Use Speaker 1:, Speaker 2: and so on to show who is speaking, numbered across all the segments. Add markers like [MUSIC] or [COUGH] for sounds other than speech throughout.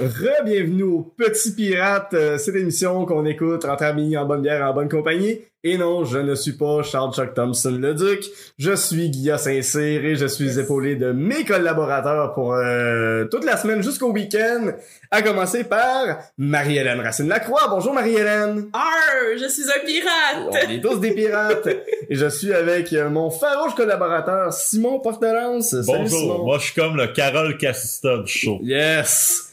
Speaker 1: Re-bienvenue aux Petits Pirates, euh, cette émission qu'on écoute entre amis, en bonne bière, en bonne compagnie. Et non, je ne suis pas Charles Chuck Thompson le Duc, je suis Guilla Saint-Cyr et je suis épaulé de mes collaborateurs pour euh, toute la semaine jusqu'au week-end, à commencer par Marie-Hélène Racine-Lacroix. Bonjour Marie-Hélène!
Speaker 2: Arr, je suis un
Speaker 1: On
Speaker 2: pirate!
Speaker 1: est tous des pirates! Et je suis avec euh, mon farouche collaborateur Simon Portelance. Salut,
Speaker 3: Bonjour,
Speaker 1: Simon.
Speaker 3: moi je suis comme le Carole Cassista du show.
Speaker 1: Yes!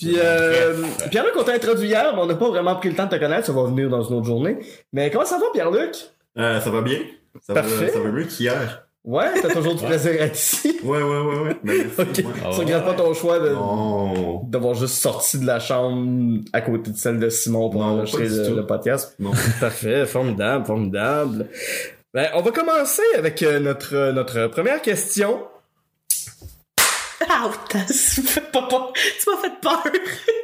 Speaker 1: Puis, euh, Pierre-Luc, on t'a introduit hier, mais on n'a pas vraiment pris le temps de te connaître, ça va venir dans une autre journée. Mais comment ça va, Pierre-Luc?
Speaker 4: Euh, ça va bien? Ça va,
Speaker 1: Parfait.
Speaker 4: ça va mieux qu'hier.
Speaker 1: Ouais, t'as toujours du plaisir à être ici.
Speaker 4: Ouais, ouais, ouais,
Speaker 1: [LAUGHS]
Speaker 4: ouais. Ben, merci,
Speaker 1: Ok,
Speaker 4: ouais.
Speaker 1: tu regrettes pas ton choix de-
Speaker 4: Non,
Speaker 1: d'avoir juste sorti de la chambre à côté de celle de Simon pour
Speaker 4: Non,
Speaker 1: enregistrer
Speaker 4: pas du
Speaker 1: le,
Speaker 4: tout.
Speaker 1: le podcast.
Speaker 4: non.
Speaker 1: [LAUGHS] Parfait, formidable, formidable. Ben, on va commencer avec euh, notre, euh, notre première question.
Speaker 2: Out! Ah, [LAUGHS] Tu m'as pas peur. Tu m'as fait peur!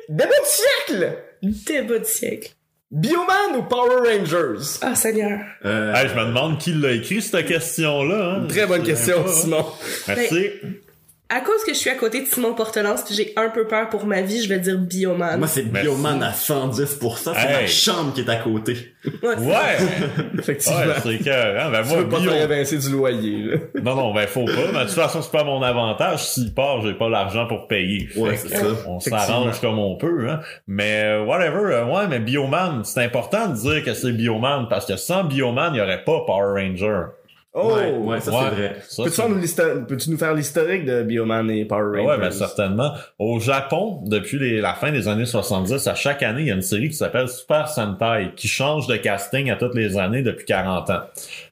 Speaker 1: Débat du siècle!
Speaker 2: Débat du siècle.
Speaker 1: Bioman ou Power Rangers?
Speaker 2: Ah, Seigneur.
Speaker 4: Euh,
Speaker 3: Hey, je me demande qui l'a écrit cette question-là. hein.
Speaker 1: Très bonne
Speaker 3: Je sais
Speaker 1: question,
Speaker 3: pas, hein.
Speaker 1: Simon.
Speaker 3: Merci.
Speaker 1: [LAUGHS]
Speaker 2: À cause que je suis à côté de Simon Portelance puis j'ai un peu peur pour ma vie, je vais dire Bioman.
Speaker 4: Moi, c'est
Speaker 3: Merci.
Speaker 4: Bioman à 110%. C'est
Speaker 3: Hey.
Speaker 4: ma chambre qui est à côté.
Speaker 2: Ouais, c'est-
Speaker 3: Ouais!
Speaker 1: Effectivement.
Speaker 3: Ouais, c'est que, hein, ben
Speaker 1: tu
Speaker 3: moi,
Speaker 1: veux pas te
Speaker 3: bio.
Speaker 1: révincer du loyer, là.
Speaker 3: Non, non, ben faut pas. Mais de toute façon, c'est pas à mon avantage. S'il part, j'ai pas l'argent pour payer. Fait
Speaker 4: Ouais,
Speaker 3: que
Speaker 4: c'est ça.
Speaker 3: On s'arrange comme on peut, hein. Mais, euh, whatever, euh, ouais, mais Bioman, c'est important de dire que c'est Bioman, parce que sans Bioman, il y aurait pas Power Ranger.
Speaker 1: Oh!
Speaker 4: Ouais, ouais, ça
Speaker 3: Ouais,
Speaker 4: c'est vrai.
Speaker 3: ça,
Speaker 1: Peux-tu
Speaker 3: c'est-
Speaker 1: faire nous l'histo- peux-tu nous faire l'historique de Bioman et Power Rangers?
Speaker 3: Ouais, ben certainement. Au Japon, depuis les- la fin des années 70, à chaque année, il y a une série qui s'appelle Super Sentai, qui change de casting à toutes les années depuis 40 ans.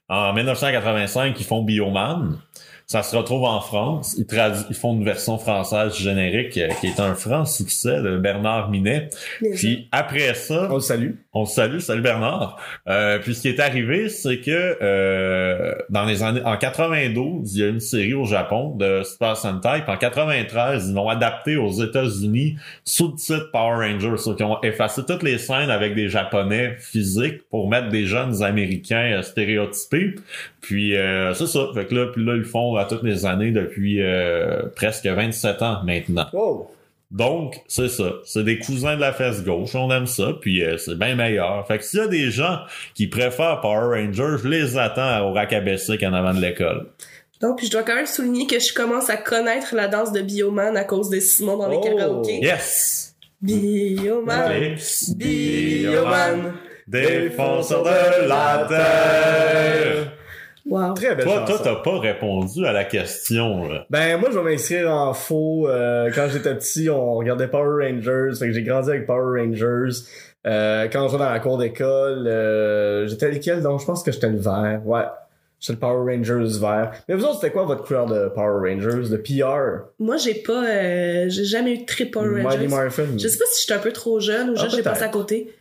Speaker 3: En 1985, ils font Bioman. Ça se retrouve en France. Ils, tradu- ils font une version française générique euh, qui est un franc succès de Bernard Minet.
Speaker 2: Mais-
Speaker 3: Puis après ça,
Speaker 1: On le salue.
Speaker 3: on le salue, salut Bernard. Euh, puis ce qui est arrivé, c'est que euh, dans les années, en 92, il y a une série au Japon de Super Sentai. Puis en 93, ils l'ont adapté aux États-Unis sous le titre Power Rangers, ceux qui ont effacé toutes les scènes avec des Japonais physiques pour mettre des jeunes Américains euh, stéréotypés. Puis euh, c'est ça. Fait que là, puis là, ils le font à toutes les années depuis euh, presque 27 ans maintenant.
Speaker 1: Wow!
Speaker 3: Donc, c'est ça. C'est des cousins de la fesse gauche. On aime ça. Puis, euh, c'est bien meilleur. Fait que s'il y a des gens qui préfèrent Power Rangers, je les attends au racabessic en avant de l'école.
Speaker 2: Non, puis je dois quand même souligner que je commence à connaître la danse de Bioman à cause de Simon dans les
Speaker 1: Oh.
Speaker 2: karaokés.
Speaker 3: Yes!
Speaker 2: Bioman. Bioman.
Speaker 3: Défenseur de la terre!
Speaker 2: Wow.
Speaker 1: Très belle
Speaker 3: Toi, toi,
Speaker 1: chanson.
Speaker 3: t'as pas répondu à la question, là.
Speaker 1: Ben moi je vais m'inscrire en faux. Euh, quand j'étais petit, on regardait Power Rangers. Fait que j'ai grandi avec Power Rangers. Euh, quand j'étais dans la cour d'école, euh, j'étais lequel donc je pense que j'étais le vert. Ouais. J'étais le Power Rangers vert. Mais vous autres, c'était quoi votre couleur de Power Rangers, de PR?
Speaker 2: Moi, j'ai pas. euh, j'ai jamais eu de trip Power
Speaker 1: Mighty
Speaker 2: Rangers.
Speaker 1: Morphin.
Speaker 2: Je sais pas si j'étais un peu trop jeune ou
Speaker 1: Ah,
Speaker 2: juste j'ai
Speaker 1: peut-être.
Speaker 2: passé à côté.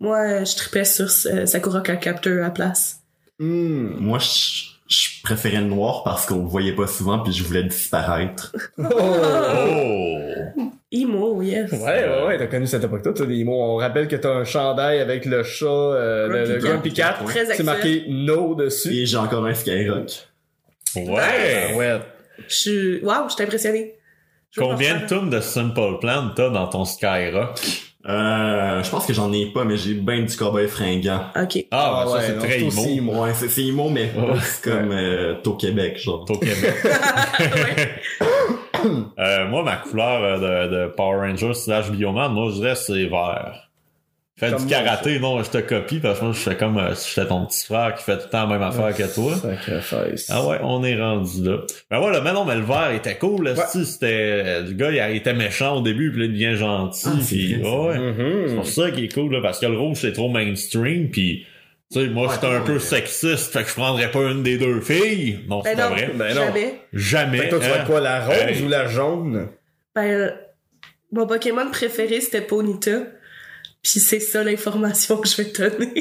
Speaker 2: Moi, euh, je tripais sur euh, Sakura Card Captor à la place. [LAUGHS]
Speaker 1: Hmm.
Speaker 4: Moi, je, je préférais le noir parce qu'on le voyait pas souvent puis je voulais disparaître.
Speaker 1: Oh.
Speaker 3: Oh!
Speaker 2: Imo, yes.
Speaker 1: Ouais, ouais, ouais, t'as connu cette époque-là, t'as des mots. On rappelle que t'as un chandail avec le chat, euh, le, le Grumpy
Speaker 4: Grumpy
Speaker 1: Cat.
Speaker 4: Cat,
Speaker 2: Très
Speaker 1: C'est
Speaker 2: actuel.
Speaker 1: marqué No dessus.
Speaker 4: Et j'ai encore un Skyrock.
Speaker 3: Ouais!
Speaker 1: Ah ouais.
Speaker 2: Je suis. Waouh, je suis impressionnée. Je veux
Speaker 3: Combien
Speaker 2: pas
Speaker 3: de
Speaker 2: faire.
Speaker 3: tunes de Simple Plan t'as dans ton Skyrock?
Speaker 4: Euh, je pense que j'en ai pas, mais j'ai ben du cowboy fringant.
Speaker 2: Ok. [LAUGHS]
Speaker 3: Ah, ben,
Speaker 1: ouais,
Speaker 3: ça, c'est
Speaker 1: non,
Speaker 3: très
Speaker 1: aussi
Speaker 3: immo.
Speaker 1: immo.
Speaker 4: Ouais, c'est c'est immo, mais pas comme euh, au Québec, genre.
Speaker 3: Au Québec.
Speaker 2: Ouais.
Speaker 3: Euh, moi, ma couleur euh, de, de Power Rangers slash Bioman, moi, je dirais c'est vert. Fais
Speaker 1: Comme
Speaker 3: du
Speaker 1: moi,
Speaker 3: karaté, non, je te copie, parce que moi, je fais comme euh, si j'étais ton petit frère qui fait tout le temps la même affaire que toi.
Speaker 1: Sacrifice.
Speaker 3: Ah ouais, on est rendu là. Ben voilà, mais non, mais le vert était cool, là,
Speaker 1: Ouais.
Speaker 3: si, c'était, euh, le gars, il était méchant au début, puis là, il devient gentil,
Speaker 4: Ah, c'est
Speaker 3: puis,
Speaker 4: vrai,
Speaker 3: ouais. C'est
Speaker 1: Mhm.
Speaker 3: pour ça qu'il est cool, là, parce que le rouge, c'est trop mainstream, puis tu sais, moi,
Speaker 4: Ouais,
Speaker 3: j'étais un peu
Speaker 4: ouais.
Speaker 3: sexiste, fait que je prendrais pas une des deux filles. Non, c'est
Speaker 2: Ben
Speaker 3: pas
Speaker 2: non,
Speaker 3: vrai.
Speaker 1: Ben non.
Speaker 2: jamais.
Speaker 3: Jamais.
Speaker 1: Fait que Ben, toi, tu
Speaker 3: hein.
Speaker 1: vois quoi, la rose
Speaker 3: Hey.
Speaker 1: ou la jaune?
Speaker 2: Ben, mon Pokémon préféré, c'était Ponyta. Puis c'est ça l'information que je vais te donner.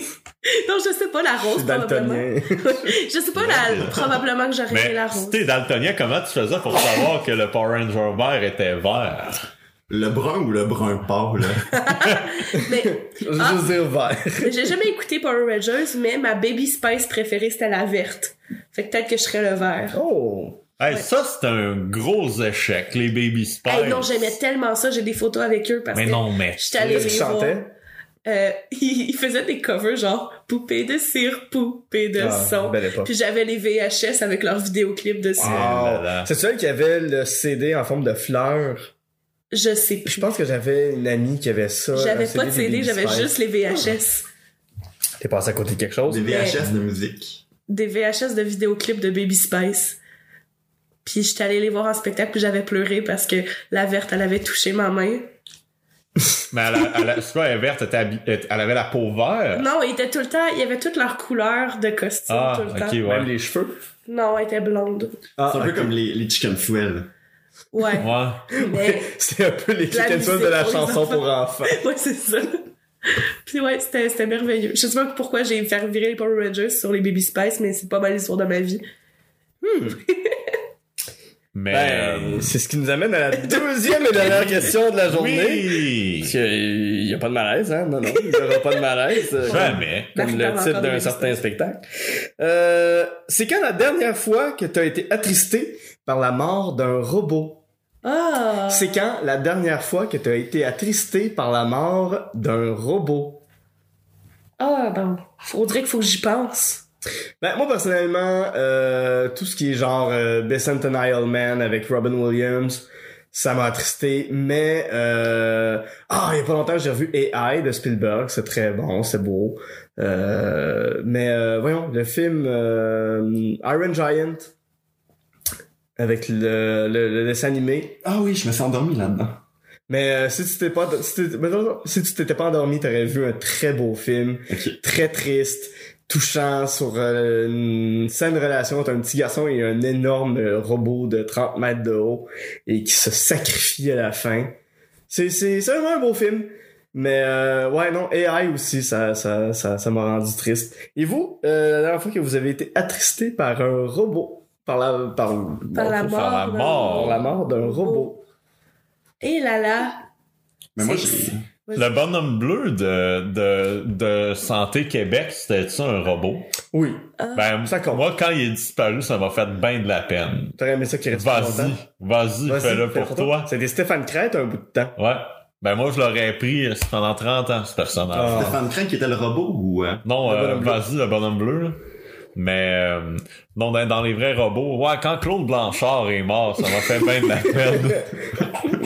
Speaker 2: [LAUGHS] non, je sais pas la
Speaker 1: Je
Speaker 2: rose,
Speaker 1: suis
Speaker 2: probablement.
Speaker 1: daltonien.
Speaker 2: Je sais pas la... probablement que j'aurais aimé
Speaker 3: Mais
Speaker 2: Ah, la
Speaker 3: si
Speaker 2: rose.
Speaker 3: t'es daltonien, comment tu faisais pour savoir que le Power Ranger vert était vert?
Speaker 4: Le brun ou le brun pâle? [LAUGHS]
Speaker 3: [LAUGHS]
Speaker 2: Mais,
Speaker 1: [LAUGHS] Je veux
Speaker 2: Ah.
Speaker 1: juste dire vert.
Speaker 2: mais j'ai jamais écouté Power Rangers, mais ma Baby Spice préférée, c'était la verte. Fait que peut-être que je serais le vert.
Speaker 1: Oh!
Speaker 3: Hey,
Speaker 2: Ouais.
Speaker 3: Ça, c'est un gros échec, les Baby Spies.
Speaker 2: Hey, non, j'aimais tellement ça, j'ai des photos avec eux parce
Speaker 3: Mais
Speaker 2: que
Speaker 3: non, mais.
Speaker 2: j'étais allée
Speaker 1: Est-ce
Speaker 2: les
Speaker 1: qu'ils
Speaker 2: voir.
Speaker 1: chantaient?
Speaker 2: Euh, [LAUGHS] ils, ils faisaient des covers genre poupée de cire, poupée de
Speaker 1: Ah,
Speaker 2: son.
Speaker 1: belle époque. Ah.
Speaker 2: Puis j'avais les VHS avec leurs vidéoclips dessus.
Speaker 1: Wow.
Speaker 3: Oh, là là.
Speaker 1: C'est celle qui avait le CD en forme de fleur.
Speaker 2: Je sais
Speaker 1: Je
Speaker 2: plus.
Speaker 1: pense que j'avais une amie qui avait ça.
Speaker 2: J'avais
Speaker 1: un
Speaker 2: pas de
Speaker 1: des
Speaker 2: CD,
Speaker 1: Baby
Speaker 2: j'avais
Speaker 1: Spice.
Speaker 2: juste les VHS.
Speaker 1: T'es passé à côté de quelque chose?
Speaker 4: Des VHS de musique.
Speaker 2: Des VHS de vidéoclips de Baby Spice. Puis j'étais allée les voir en spectacle, puis j'avais pleuré parce que la verte, elle avait touché ma main.
Speaker 3: Mais elle, a- elle, a- [LAUGHS] c'est quoi, elle est verte, elle était habi- elle elle avait la peau verte.
Speaker 2: Non, ils étaient tout le temps, il y avait toutes leurs couleurs de costume
Speaker 3: Ah,
Speaker 2: tout le
Speaker 3: ok,
Speaker 2: temps.
Speaker 3: ouais.
Speaker 1: Même les cheveux.
Speaker 2: Non, elle était blonde.
Speaker 1: Ah,
Speaker 4: C'est un peu
Speaker 1: ok.
Speaker 4: comme les, les Chicken Fuel.
Speaker 2: Ouais,
Speaker 3: Ouais.
Speaker 2: mais
Speaker 1: C'est un peu les
Speaker 2: La
Speaker 1: Chicken Souls
Speaker 2: musique
Speaker 1: de la
Speaker 2: pour les
Speaker 1: chanson
Speaker 2: enfants.
Speaker 1: pour enfants.
Speaker 2: [LAUGHS]
Speaker 3: [LAUGHS]
Speaker 2: ouais, c'est ça. Puis ouais, c'était c'était merveilleux. Je sais pas pourquoi j'ai fait virer les Power Rangers sur les Baby Spice, mais c'est pas mal l'histoire de ma vie.
Speaker 3: Mais.
Speaker 1: Ben,
Speaker 3: euh,
Speaker 1: c'est ce qui nous amène à la deuxième et
Speaker 3: [LAUGHS]
Speaker 1: dernière question de la journée.
Speaker 3: oui!
Speaker 1: Parce qu'il n'y a pas de malaise, hein? Non, non, il n'y aura pas de malaise. euh,
Speaker 3: Jamais.
Speaker 1: Comme
Speaker 2: Marc
Speaker 1: le
Speaker 2: parle
Speaker 1: titre
Speaker 2: encore de
Speaker 1: d'un
Speaker 2: Baby
Speaker 1: certain spectacle. Euh, c'est quand la dernière fois que tu as été attristé par la mort d'un robot?
Speaker 2: Ah!
Speaker 1: C'est quand la dernière fois que tu as été attristé par la mort d'un robot?
Speaker 2: Ah, ben, faudrait qu'il faut que j'y pense.
Speaker 1: Ben, moi, personnellement, euh, tout ce qui est genre euh, Bicentennial Man avec Robin Williams, ça m'a attristé, mais... euh, Ah, il y a pas longtemps, j'ai revu AI de Spielberg, c'est très bon, c'est beau. Euh, mais euh, voyons, le film euh, Iron Giant, avec le, le, le dessin animé.
Speaker 4: Ah oui, je me suis endormi là-dedans.
Speaker 1: Mais euh, si tu t'étais pas, si t'étais- mais non, non, si tu t'étais pas endormi, t'aurais vu un très beau film
Speaker 4: Ok.
Speaker 1: très triste, touchant sur euh, une saine relation entre un petit garçon et un énorme euh, robot de 30 mètres de haut et qui se sacrifie à la fin. C'est, c'est, c'est vraiment un beau film. Mais euh, ouais, non, AI aussi, ça, ça, ça, ça m'a rendu triste. Et vous, euh, la dernière fois que vous avez été attristé par un robot, par la, par,
Speaker 2: Par la
Speaker 3: faut
Speaker 2: mort.
Speaker 3: faire la
Speaker 2: d'un-
Speaker 3: mort.
Speaker 1: par la mort d'un robot.
Speaker 2: Eh là là!
Speaker 4: Mais moi,
Speaker 2: C'est-
Speaker 4: j'ai.
Speaker 3: Le bonhomme bleu de, de, de Santé Québec, c'était ça un robot?
Speaker 1: Oui,
Speaker 3: Ben,
Speaker 1: Ça compte.
Speaker 3: moi, quand il est disparu, ça m'a fait bien de la peine.
Speaker 1: t'aurais aimé ça qu'il reste plus
Speaker 3: Vas-y,
Speaker 1: longtemps.
Speaker 3: vas-y, fais-le pour toi.
Speaker 1: C'était Stéphane Crête un bout de temps.
Speaker 3: Ouais. Ben, moi, je l'aurais pris euh, pendant 30 ans, ce personnage.
Speaker 1: Ah.
Speaker 4: Stéphane Crane qui était le robot ou. euh,
Speaker 3: Non,
Speaker 1: Le
Speaker 3: euh,
Speaker 1: bonhomme bleu.
Speaker 3: vas-y, le bonhomme bleu, là. Mais, euh, non, dans, dans les vrais robots, ouais, quand Claude Blanchard est mort, ça m'a fait bien de
Speaker 1: [LAUGHS]
Speaker 3: la peine.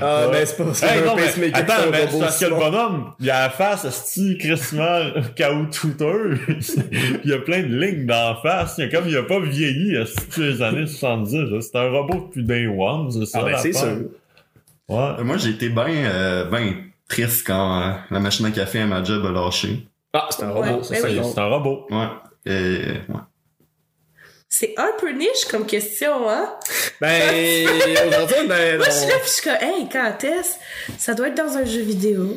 Speaker 1: Ah,
Speaker 3: Ouais.
Speaker 1: mais c'est pas c'est
Speaker 3: Hey,
Speaker 1: un
Speaker 3: non, mais,
Speaker 1: pacemaker, c'est
Speaker 3: attends,
Speaker 1: un
Speaker 3: mais c'est
Speaker 1: robot,
Speaker 3: parce que le
Speaker 1: Simon.
Speaker 3: bonhomme, il a la face, style crissement [LAUGHS] caoutchouteux. il a plein de lignes d'en face. Il a comme il a pas vieilli, esti, les années 70. là. C'est un robot depuis day one, c'est ça.
Speaker 1: Ah, ben,
Speaker 3: la
Speaker 1: c'est
Speaker 3: part.
Speaker 1: sûr.
Speaker 3: Ouais.
Speaker 4: Euh, Moi, j'ai été bien ben triste quand euh, la machine à café à ma job a lâché.
Speaker 1: Ah, c'est un
Speaker 2: Ouais,
Speaker 1: robot, ça,
Speaker 2: ben
Speaker 1: c'est
Speaker 2: oui.
Speaker 1: bon.
Speaker 2: [LAUGHS]
Speaker 3: C'est un robot.
Speaker 4: Ouais. Euh, ouais.
Speaker 2: C'est un peu niche comme question, hein?
Speaker 1: Ben, aujourd'hui, ben,
Speaker 2: Moi, je suis là,
Speaker 1: on-
Speaker 2: puis je suis comme, hey, quand est-ce? Ça doit être dans un jeu vidéo.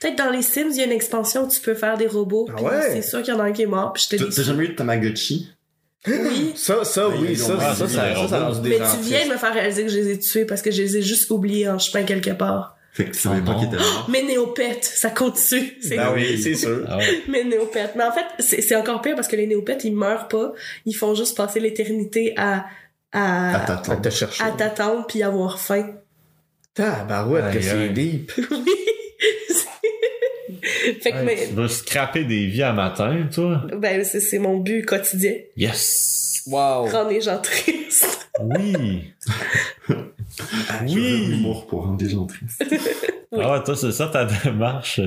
Speaker 2: Peut-être dans les Sims, il y a une expansion où tu peux faire des robots.
Speaker 1: Ah
Speaker 2: puis
Speaker 1: ouais?
Speaker 2: C'est sûr qu'il y en a un qui est mort, puis je te
Speaker 4: T'as [LAUGHS]
Speaker 2: dis.
Speaker 4: t'as jamais eu de Tamagotchi?
Speaker 2: Oui.
Speaker 1: ça, ça,
Speaker 4: Ben,
Speaker 1: oui,
Speaker 4: ils ont
Speaker 1: ça, ça, ça,
Speaker 4: vendu
Speaker 1: ça,
Speaker 3: des
Speaker 1: ça, ça
Speaker 4: robots.
Speaker 1: lance des
Speaker 2: Mais tu
Speaker 1: gens
Speaker 2: viens de
Speaker 1: tristes.
Speaker 2: me faire réaliser que je les ai tués parce que je les ai juste oubliés en chemin quelque part.
Speaker 4: Fait que tu savais
Speaker 3: Oh
Speaker 4: pas
Speaker 3: non.
Speaker 4: qu'il était mort.
Speaker 2: Mais néopètes, ça continue. C'est
Speaker 1: Ben oui,
Speaker 4: Oui.
Speaker 1: c'est sûr.
Speaker 3: Ah ouais.
Speaker 2: Mais néopètes. Mais en fait, c'est c'est encore pire parce que les néopètes, ils meurent pas. Ils font juste passer l'éternité à,
Speaker 4: À
Speaker 2: à,
Speaker 4: ta
Speaker 1: On
Speaker 4: tante.
Speaker 1: te cherche.
Speaker 2: à t'attendre puis avoir faim. [LAUGHS]
Speaker 1: Tabarouette, que
Speaker 3: Aïe,
Speaker 1: c'est
Speaker 3: aïe.
Speaker 1: deep.
Speaker 2: fait que, mais,
Speaker 3: Tu veux scraper des vies à matin, toi?
Speaker 2: ben, c'est c'est mon but quotidien.
Speaker 3: Yes!
Speaker 1: Wow.
Speaker 2: Rendre les gens tristes. [LAUGHS]
Speaker 3: [LAUGHS] Oui!
Speaker 1: Ah,
Speaker 4: Je veux de
Speaker 3: oui!
Speaker 4: l'humour pour rendre les gens tristes.
Speaker 2: Oui.
Speaker 3: Ah ouais, toi, c'est ça ta [LAUGHS] démarche.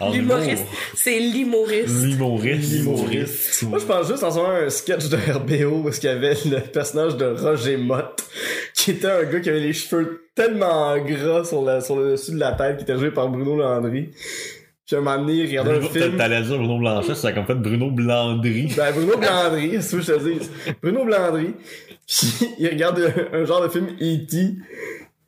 Speaker 3: En
Speaker 2: L'humoriste.
Speaker 3: humour.
Speaker 2: C'est l'humoriste.
Speaker 3: L'humoriste.
Speaker 4: L'humoriste.
Speaker 1: Moi, je pense juste en ce moment à un sketch de RBO où il y avait le personnage de Roger Mott, qui était un gars qui avait les cheveux tellement gras sur, la, sur le dessus de la tête, qui était joué par Bruno Landry. Puis à un moment donné, il regardait un
Speaker 3: Bruno-
Speaker 1: film.
Speaker 3: T'allais dire Bruno Blanchet, ça a comme fait Bruno Blandry.
Speaker 1: Ben, Bruno Blandry, [LAUGHS] c'est ce que je te dis. Bruno Blandry, puis il regarde un, un genre de film E.T.,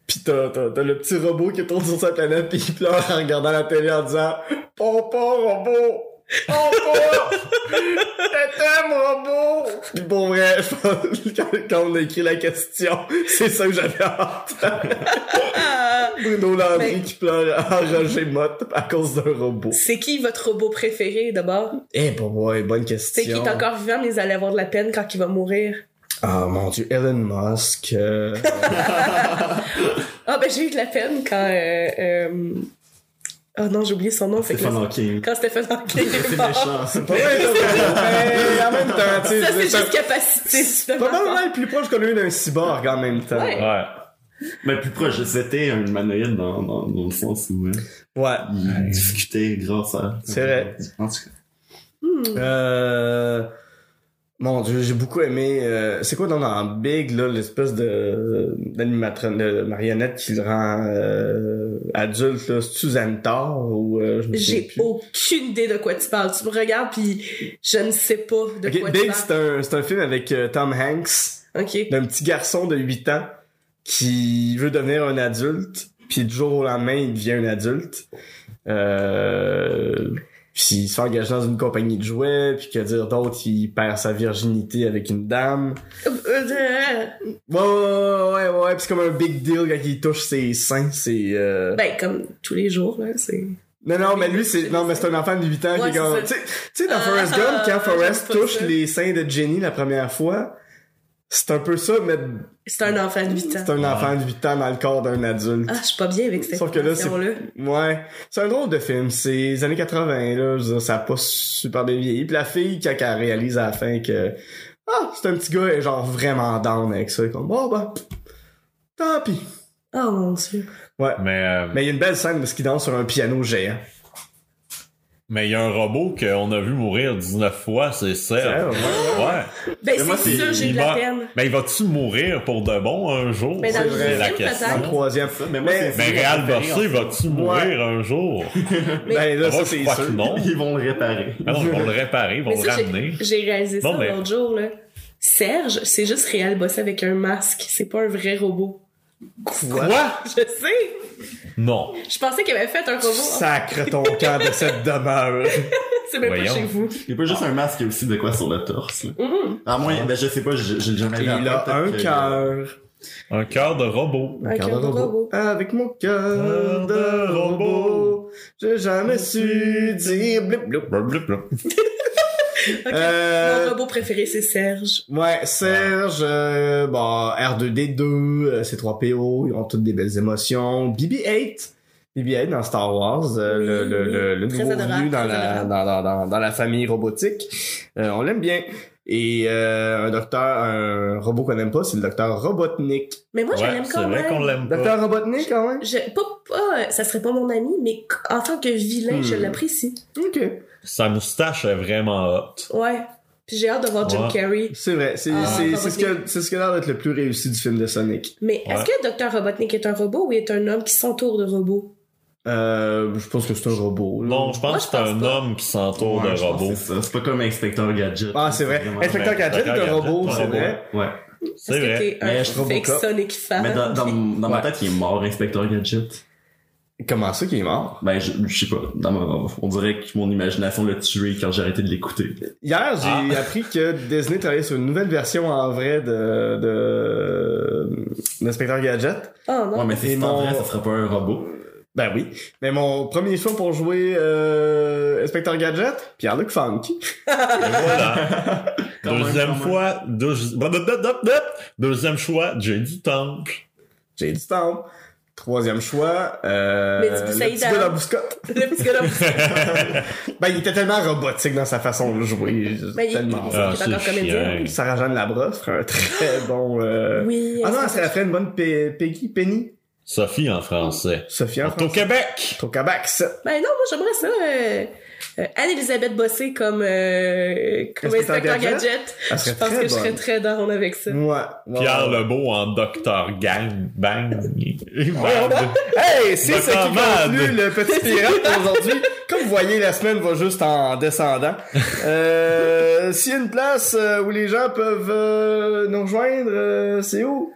Speaker 1: pis t'as, t'as, t'as le petit robot qui tourne sur sa planète pis il pleure en regardant la télé en disant « Papa, robot! Papa! Je t'aime, robot! » Pis pour vrai, je pense que quand, quand on a écrit la question, c'est ça que j'avais hâte.
Speaker 2: Ah!
Speaker 1: Bruno Landry
Speaker 2: Mais-
Speaker 1: qui pleure en Roger Mott à cause d'un robot.
Speaker 2: C'est qui votre robot préféré d'abord?
Speaker 1: Eh, bon, ouais, bonne
Speaker 2: C'est qui
Speaker 1: question.
Speaker 2: est encore vivant, mais ils allaient avoir de la peine quand il va mourir.
Speaker 1: Ah mon dieu, Elon Musk. euh,
Speaker 2: Ah, ben, j'ai eu de la peine quand. euh, euh, Oh non, j'ai oublié son nom. fait que
Speaker 4: Stephen
Speaker 2: là,
Speaker 4: Hawking.
Speaker 2: Quand Stephen
Speaker 1: [LAUGHS]
Speaker 2: Hawking est
Speaker 4: C'est
Speaker 2: mort.
Speaker 4: méchant, c'est
Speaker 1: pas mal, [LAUGHS] mais en même temps, tu sais,
Speaker 2: Ça,
Speaker 1: je veux
Speaker 2: c'est
Speaker 1: dire,
Speaker 2: juste capacité,
Speaker 1: c'est pas
Speaker 2: justement.
Speaker 1: mal le plus proche qu'on a eu d'un cyborg en même temps.
Speaker 2: Ouais.
Speaker 3: Ouais.
Speaker 4: Mais plus proche, c'était un humanoïde dans, dans, dans le sens où euh,
Speaker 1: Ouais.
Speaker 4: il discutait grâce à.
Speaker 1: C'est vrai.
Speaker 4: En tout cas.
Speaker 2: Hmm.
Speaker 1: Euh... Mon dieu, j'ai beaucoup aimé. euh, C'est quoi dans dans Big là, l'espèce de d'animatron, de marionnette qui le rend euh, adulte, là, Suzanne Thor ou euh, je me souviens
Speaker 2: J'ai
Speaker 1: plus.
Speaker 2: aucune idée de quoi tu parles. Tu me regardes, puis je ne sais pas de
Speaker 1: Ok,
Speaker 2: quoi tu
Speaker 1: Big,
Speaker 2: parles.
Speaker 1: c'est un, c'est un film avec euh, Tom Hanks,
Speaker 2: Ok.
Speaker 1: d'un petit garçon de 8 ans qui veut devenir un adulte, puis du jour au lendemain, il devient un adulte. Euh, puis il se fait engager dans une compagnie de jouets, puis que dire d'autre, il perd sa virginité avec une dame.
Speaker 2: Euh,
Speaker 1: Ouais, ouais, ouais, ouais, ouais, pis c'est comme un big deal quand il touche ses seins, c'est... euh,
Speaker 2: Ben, comme tous les jours, là, c'est.
Speaker 1: non, non, mais lui, c'est... Non, mais c'est un enfant de 8 ans
Speaker 2: Ouais,
Speaker 1: qui est comme...
Speaker 2: c'est
Speaker 1: Tu
Speaker 2: ça.
Speaker 1: sais- tu sais, dans
Speaker 2: Ah,
Speaker 1: Forrest Gump, quand
Speaker 2: j'aime
Speaker 1: Forrest
Speaker 2: pas
Speaker 1: touche
Speaker 2: ça.
Speaker 1: les seins de Jenny la première fois, c'est un peu ça, mais
Speaker 2: C'est un enfant de 8 ans.
Speaker 1: c'est un enfant de 8 ans dans le corps d'un adulte.
Speaker 2: Ah, je suis pas bien avec cette
Speaker 1: Sauf que là, c'est-
Speaker 2: information-là.
Speaker 1: Ouais. C'est un drôle de film, c'est les années 80, là, je veux dire, ça a pas super bien vieilli. Pis la fille, quand elle réalise à la fin que... Ah, c'est un petit gars, elle est genre vraiment down avec ça, elle est comme... Bon, bah... Tant pis.
Speaker 2: Oh mon dieu.
Speaker 1: Ouais.
Speaker 3: Mais euh,
Speaker 1: Mais il y a une belle scène parce qu'il danse sur un piano géant.
Speaker 3: mais il y a un robot qu'on a vu mourir 19 fois, c'est Serge. Ouais.
Speaker 2: Ben,
Speaker 4: Mais moi,
Speaker 2: c'est
Speaker 4: c'est-
Speaker 2: ça, j'ai
Speaker 3: il
Speaker 2: de la
Speaker 3: meurt.
Speaker 2: peine.
Speaker 3: Mais il va-tu mourir pour de bon un jour?
Speaker 2: Mais dans
Speaker 3: C'est
Speaker 2: le
Speaker 1: vrai,
Speaker 3: la
Speaker 2: film,
Speaker 3: question.
Speaker 1: Dans le
Speaker 2: peut-être.
Speaker 1: troisième.
Speaker 4: Mais moi,
Speaker 1: Mais-
Speaker 4: c'est-
Speaker 3: Mais
Speaker 4: c'est-
Speaker 3: Real
Speaker 4: c'est-
Speaker 3: Bossé, va-tu mourir un jour?
Speaker 1: Ben là,
Speaker 3: Moi,
Speaker 1: ça
Speaker 3: je
Speaker 1: c'est
Speaker 3: crois
Speaker 1: sûr.
Speaker 3: que non.
Speaker 4: [LAUGHS] Ils vont le réparer.
Speaker 3: Ah non, ils vont le réparer, ils vont
Speaker 2: Mais
Speaker 3: le
Speaker 2: ça, j'ai-
Speaker 3: ramener.
Speaker 2: J'ai réalisé
Speaker 3: Non,
Speaker 2: ça
Speaker 3: mais-
Speaker 2: l'autre jour, là. Serge, c'est juste réel bossé avec un masque. C'est pas un vrai robot.
Speaker 3: Quoi?
Speaker 2: [LAUGHS] Je sais!
Speaker 3: Non.
Speaker 2: Je pensais qu'il avait fait un robot.
Speaker 1: Sacre ton camp de cette demeure.
Speaker 2: C'est même
Speaker 3: Voyons.
Speaker 2: pas chez vous. Mm-hmm.
Speaker 4: Il n'y a pas juste un masque, il y a aussi de quoi sur le torse. là.
Speaker 2: Mhm.
Speaker 4: À moins, ben je sais pas, je- j'ai jamais
Speaker 1: Ah. Il
Speaker 4: vu
Speaker 1: a
Speaker 4: après,
Speaker 1: un
Speaker 4: peut-être que-
Speaker 1: cœur.
Speaker 3: Un cœur de robot.
Speaker 2: Un cœur de robot.
Speaker 1: Avec mon cœur
Speaker 3: Cœur
Speaker 1: de
Speaker 3: de
Speaker 1: robot.
Speaker 3: robot.
Speaker 1: J'ai jamais su dire blip blip.
Speaker 3: Blub, blub, blub.
Speaker 2: Ok. Mon
Speaker 1: Euh,
Speaker 2: robot préféré, c'est Serge.
Speaker 1: ouais, Serge, euh, bon, R2D2, euh, C3PO, ils ont toutes des belles émotions. BB-8. BB-8 dans Star Wars, euh,
Speaker 2: Oui,
Speaker 1: le, le, le, le
Speaker 2: très
Speaker 1: nouveau
Speaker 2: adorable,
Speaker 1: venu dans
Speaker 2: très
Speaker 1: la,
Speaker 2: adorable.
Speaker 1: dans, dans, dans, dans la famille robotique. Euh, on l'aime bien. Et euh, un docteur, un robot qu'on n'aime pas, c'est le docteur Robotnik.
Speaker 2: Mais moi, je
Speaker 3: Ouais,
Speaker 2: l'aime
Speaker 3: c'est
Speaker 2: quand
Speaker 3: vrai qu'on
Speaker 2: même.
Speaker 3: l'aime pas.
Speaker 1: Docteur Robotnik, quand même?
Speaker 2: Je- pas, pas- ça serait pas mon ami, mais en tant que vilain,
Speaker 1: Hmm.
Speaker 2: je l'apprécie.
Speaker 1: Ok.
Speaker 3: Sa moustache est vraiment hot.
Speaker 2: Ouais. Puis j'ai hâte de voir Jim
Speaker 3: Ouais.
Speaker 2: Carrey.
Speaker 1: C'est vrai. C'est
Speaker 2: Ah,
Speaker 1: c'est-
Speaker 2: Robotnik.
Speaker 1: c'est ce que- c'est ce qui a l'air d'être le plus réussi du film de Sonic.
Speaker 2: Mais
Speaker 3: Ouais.
Speaker 2: est-ce que Dr. Robotnik est un robot ou est un homme qui s'entoure de robots?
Speaker 1: Euh, je pense que c'est un robot. là.
Speaker 3: Non, je
Speaker 2: Moi,
Speaker 3: pense
Speaker 2: je
Speaker 3: que c'est
Speaker 2: pense
Speaker 3: un
Speaker 2: pas.
Speaker 3: homme qui s'entoure
Speaker 4: Mm. Ouais,
Speaker 3: de
Speaker 4: je pense
Speaker 3: robots.
Speaker 4: que C'est ça. C'est pas comme Inspecteur Gadget.
Speaker 1: Ah, c'est vrai.
Speaker 4: vraiment-
Speaker 1: Inspecteur
Speaker 3: mais-
Speaker 1: Gadget,
Speaker 3: Inspecteur
Speaker 1: un robot,
Speaker 3: Gadget,
Speaker 1: c'est
Speaker 3: un
Speaker 1: vrai.
Speaker 4: Ouais.
Speaker 2: Est-ce
Speaker 3: C'est vrai.
Speaker 2: que t'es un
Speaker 1: Mais je trouve
Speaker 2: fake
Speaker 1: Robocop.
Speaker 2: Sonic fan?
Speaker 4: Mais dans, dans, dans ma
Speaker 1: Ouais.
Speaker 4: tête, il est mort, Inspecteur Gadget.
Speaker 1: Comment ça qu'il est mort?
Speaker 4: Ben, je, je sais pas. Dans ma- on dirait que mon imagination l'a tué quand j'ai arrêté de l'écouter.
Speaker 1: Hier, j'ai appris que Disney travaillait sur une nouvelle version en vrai de, de, d'Inspecteur Gadget.
Speaker 2: Oh non.
Speaker 4: Ouais, mais si
Speaker 1: Et
Speaker 4: c'est en
Speaker 1: mon-
Speaker 4: vrai, ça serait pas un robot.
Speaker 1: Ben oui. Mais mon premier choix pour jouer, euh, Inspecteur Gadget, Pierre-Luc Funk.
Speaker 3: Et voilà.
Speaker 4: [LAUGHS] Quand même,
Speaker 3: Deuxième
Speaker 4: quand même.
Speaker 3: fois, deux- blub, blub, blub, blub. deuxième choix, JD Temple.
Speaker 1: J'ai du temps. Troisième choix, euh,
Speaker 2: Mais tu
Speaker 1: le
Speaker 2: sais,
Speaker 1: petit
Speaker 2: dans-
Speaker 1: gars dans Bouscotte.
Speaker 2: [LAUGHS] Le petit gars
Speaker 1: [LAUGHS]
Speaker 2: là-
Speaker 1: Ben, il était tellement robotique dans sa façon de jouer.
Speaker 2: Mais Ben, il-
Speaker 1: tellement.
Speaker 2: il est
Speaker 3: Ah, c'est
Speaker 2: encore comédien.
Speaker 3: chiant.
Speaker 1: Sarah Jeanne Labrosse ferait un
Speaker 2: [LAUGHS]
Speaker 1: très bon. Euh...
Speaker 2: Oui.
Speaker 1: Ah non,
Speaker 2: est-ce
Speaker 1: elle
Speaker 2: que-
Speaker 1: serait- elle ferait une bonne Pe- Peggy, Penny,
Speaker 3: Sophie en français.
Speaker 1: Sophie
Speaker 3: On
Speaker 1: en
Speaker 3: est au
Speaker 1: français.
Speaker 3: Québec!
Speaker 1: Tokabac, ça.
Speaker 2: Ben non, moi j'aimerais ça. euh, euh, Anne-Elisabeth Bossé comme, euh, comme
Speaker 1: Inspecteur
Speaker 2: Inspecteur
Speaker 1: Gadget?
Speaker 2: Gadget.
Speaker 1: Elle
Speaker 2: Je
Speaker 1: serait
Speaker 2: pense
Speaker 1: très
Speaker 2: que je serais
Speaker 1: bonne.
Speaker 2: très down avec ça.
Speaker 1: Moi.
Speaker 4: Ah.
Speaker 3: Pierre Lebeau en Docteur Gang
Speaker 4: [LAUGHS]
Speaker 3: Bang. Merde.
Speaker 1: Hey, c'est
Speaker 3: Le
Speaker 1: ce qui
Speaker 3: commande.
Speaker 1: conclut le petit pirate pour
Speaker 3: [LAUGHS]
Speaker 1: aujourd'hui. Comme vous voyez, la semaine va juste en descendant. Euh, S'il y a une place euh, où les gens peuvent euh, nous rejoindre, euh, c'est où?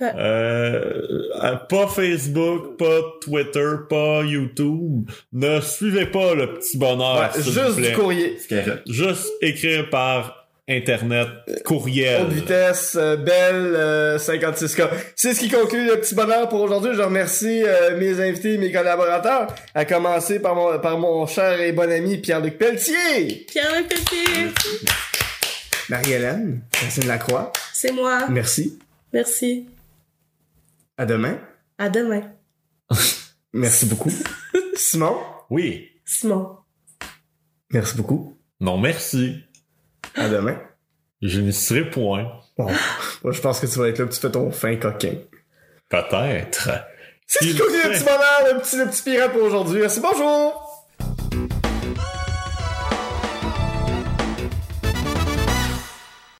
Speaker 3: Euh, euh, pas Facebook, pas Twitter, pas YouTube. Ne suivez pas le petit bonheur.
Speaker 1: Ouais,
Speaker 3: Ah, s'il vous
Speaker 1: juste
Speaker 3: plaît.
Speaker 1: du courrier.
Speaker 4: Scarrette.
Speaker 3: Juste écrire par Internet, courriel.
Speaker 1: Haute vitesse, euh, belle, euh, 56K. C'est ce qui conclut le petit bonheur pour aujourd'hui. Je remercie euh, mes invités, mes collaborateurs, à commencer par mon, par mon cher et bon ami Pierre-Luc Pelletier,
Speaker 2: Pierre Lepépé!
Speaker 1: Marie-Hélène, Christine Lacroix,
Speaker 2: C'est moi.
Speaker 1: Merci.
Speaker 2: Merci.
Speaker 1: À demain.
Speaker 2: À demain.
Speaker 1: Merci beaucoup. Simon,
Speaker 3: Oui.
Speaker 2: Simon.
Speaker 1: merci beaucoup.
Speaker 3: Non, merci.
Speaker 1: À demain.
Speaker 3: Je n'y serai point.
Speaker 1: Bon, moi, je pense que tu vas être là, puis tu fais ton fin coquin.
Speaker 3: Peut-être.
Speaker 1: C'est
Speaker 3: Il
Speaker 1: tout le
Speaker 3: fait.
Speaker 1: petit bonheur, le petit, le petit pirate pour aujourd'hui. Merci, bonjour!